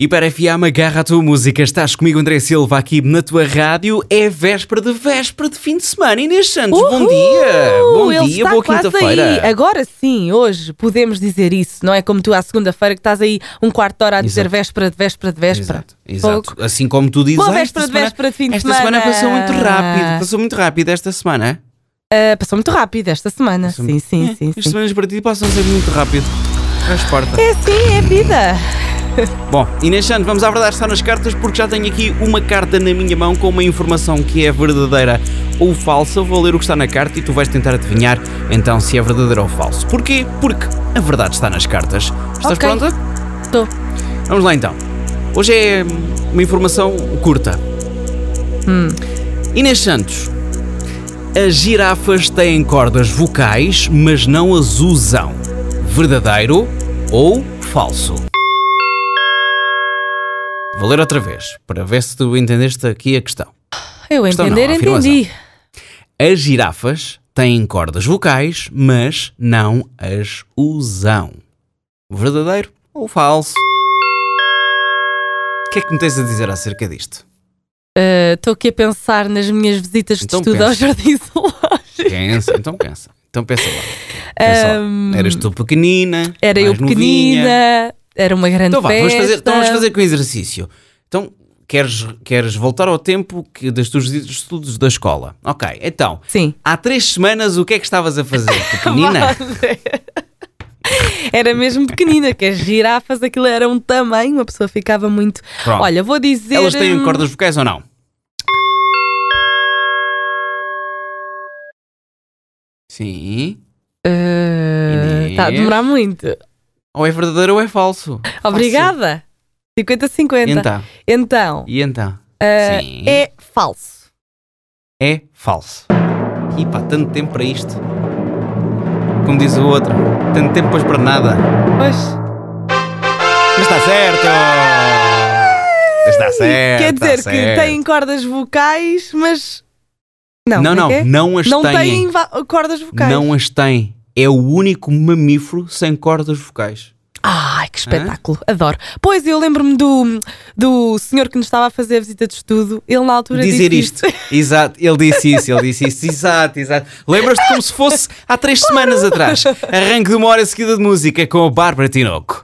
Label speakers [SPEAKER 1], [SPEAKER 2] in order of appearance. [SPEAKER 1] Hiper FM, agarra a tua música. Estás comigo, André Silva, aqui na tua rádio. É véspera de véspera de fim de semana. Inês Santos, bom
[SPEAKER 2] Uhul!
[SPEAKER 1] dia! Bom
[SPEAKER 2] Ele
[SPEAKER 1] dia,
[SPEAKER 2] está
[SPEAKER 1] boa
[SPEAKER 2] quase aí.
[SPEAKER 1] quinta-feira.
[SPEAKER 2] Agora é sim, hoje podemos dizer isso, não é como tu à segunda-feira que estás aí um quarto de hora a dizer
[SPEAKER 1] Exato.
[SPEAKER 2] véspera de véspera de véspera.
[SPEAKER 1] Exato, exato.
[SPEAKER 2] Pouco.
[SPEAKER 1] Assim como tu dizes,
[SPEAKER 2] Boa
[SPEAKER 1] ah, esta
[SPEAKER 2] véspera de
[SPEAKER 1] semana-
[SPEAKER 2] véspera de fim de
[SPEAKER 1] Esta semana
[SPEAKER 2] semana.
[SPEAKER 1] passou muito rápido, passou muito rápido esta semana.
[SPEAKER 2] Ah, passou muito rápido esta semana.
[SPEAKER 1] Passou
[SPEAKER 2] Sim,
[SPEAKER 1] muito-
[SPEAKER 2] sim,
[SPEAKER 1] É,
[SPEAKER 2] sim,
[SPEAKER 1] As
[SPEAKER 2] sim.
[SPEAKER 1] semanas para ti passam sempre muito rápido. Faz parte.
[SPEAKER 2] É sim, é vida.
[SPEAKER 1] Bom, Inês Santos, vamos à verdade estar nas cartas porque já tenho aqui uma carta na minha mão com uma informação que é verdadeira ou falsa. Vou ler o que está na carta e tu vais tentar adivinhar então se é verdadeira ou falso. Porquê? Porque a verdade está nas cartas. Estás
[SPEAKER 2] Ok.
[SPEAKER 1] pronta?
[SPEAKER 2] Tô.
[SPEAKER 1] Vamos lá então. Hoje é uma informação curta. Inês Santos, as girafas têm cordas vocais, mas não as usam. Verdadeiro ou falso? Vou ler outra vez, para ver se tu entendeste aqui a questão.
[SPEAKER 2] Eu
[SPEAKER 1] Questão não, assim.
[SPEAKER 2] entender,
[SPEAKER 1] afirmação.
[SPEAKER 2] entendi.
[SPEAKER 1] As girafas têm cordas vocais, mas não as usam. Verdadeiro ou falso? O que é que me tens a dizer acerca disto?
[SPEAKER 2] Ah, Estou aqui a pensar nas minhas visitas de
[SPEAKER 1] Então
[SPEAKER 2] estudo ao
[SPEAKER 1] pensa.
[SPEAKER 2] Jardim Zoológico.
[SPEAKER 1] Pensa, então pensa. Então pensa lá. Pensa lá. Eras tu pequenina,
[SPEAKER 2] Era eu
[SPEAKER 1] mais novinha.
[SPEAKER 2] pequenina, era uma grande
[SPEAKER 1] Então vá,
[SPEAKER 2] festa.
[SPEAKER 1] vamos fazer, então vamos fazer com o exercício. Então, queres, queres voltar ao tempo que, das tuas visitas de estudos da escola. Ok, então,
[SPEAKER 2] Sim.
[SPEAKER 1] há três semanas o que é que estavas a fazer, pequenina?
[SPEAKER 2] Era mesmo pequenina, que as girafas aquilo era um tamanho, uma pessoa ficava muito.
[SPEAKER 1] Pronto.
[SPEAKER 2] Olha, vou dizer.
[SPEAKER 1] Elas têm um
[SPEAKER 2] hum,
[SPEAKER 1] cordas vocais ou não? Sim.
[SPEAKER 2] eh, Está a demorar muito.
[SPEAKER 1] Ou é verdadeiro ou é falso.
[SPEAKER 2] Obrigada. 50-50. Então,
[SPEAKER 1] Então, e então?
[SPEAKER 2] eh,
[SPEAKER 1] Sim.
[SPEAKER 2] é falso.
[SPEAKER 1] é falso. E pá, tanto tempo para isto. Como diz o outro, tanto tempo pois para nada.
[SPEAKER 2] Pois.
[SPEAKER 1] Mas está certo! Está certo!
[SPEAKER 2] Quer dizer
[SPEAKER 1] está
[SPEAKER 2] que
[SPEAKER 1] certo.
[SPEAKER 2] têm cordas vocais, mas. Não,
[SPEAKER 1] Não,
[SPEAKER 2] como
[SPEAKER 1] não,
[SPEAKER 2] é que é?
[SPEAKER 1] não as
[SPEAKER 2] Não
[SPEAKER 1] têm.
[SPEAKER 2] têm va- cordas vocais.
[SPEAKER 1] Não as têm. É o único mamífero sem cordas vocais.
[SPEAKER 2] Ai, que espetáculo, adoro. Pois eu lembro-me do, do senhor que nos estava a fazer a visita de estudo, ele na altura
[SPEAKER 1] Dizer
[SPEAKER 2] disse
[SPEAKER 1] isto. Exato, ele disse isso, ele disse isso. Exato, exato. Lembras-te como se fosse há três semanas atrás. Arranque de uma hora seguida de música com a Bárbara Tinoco.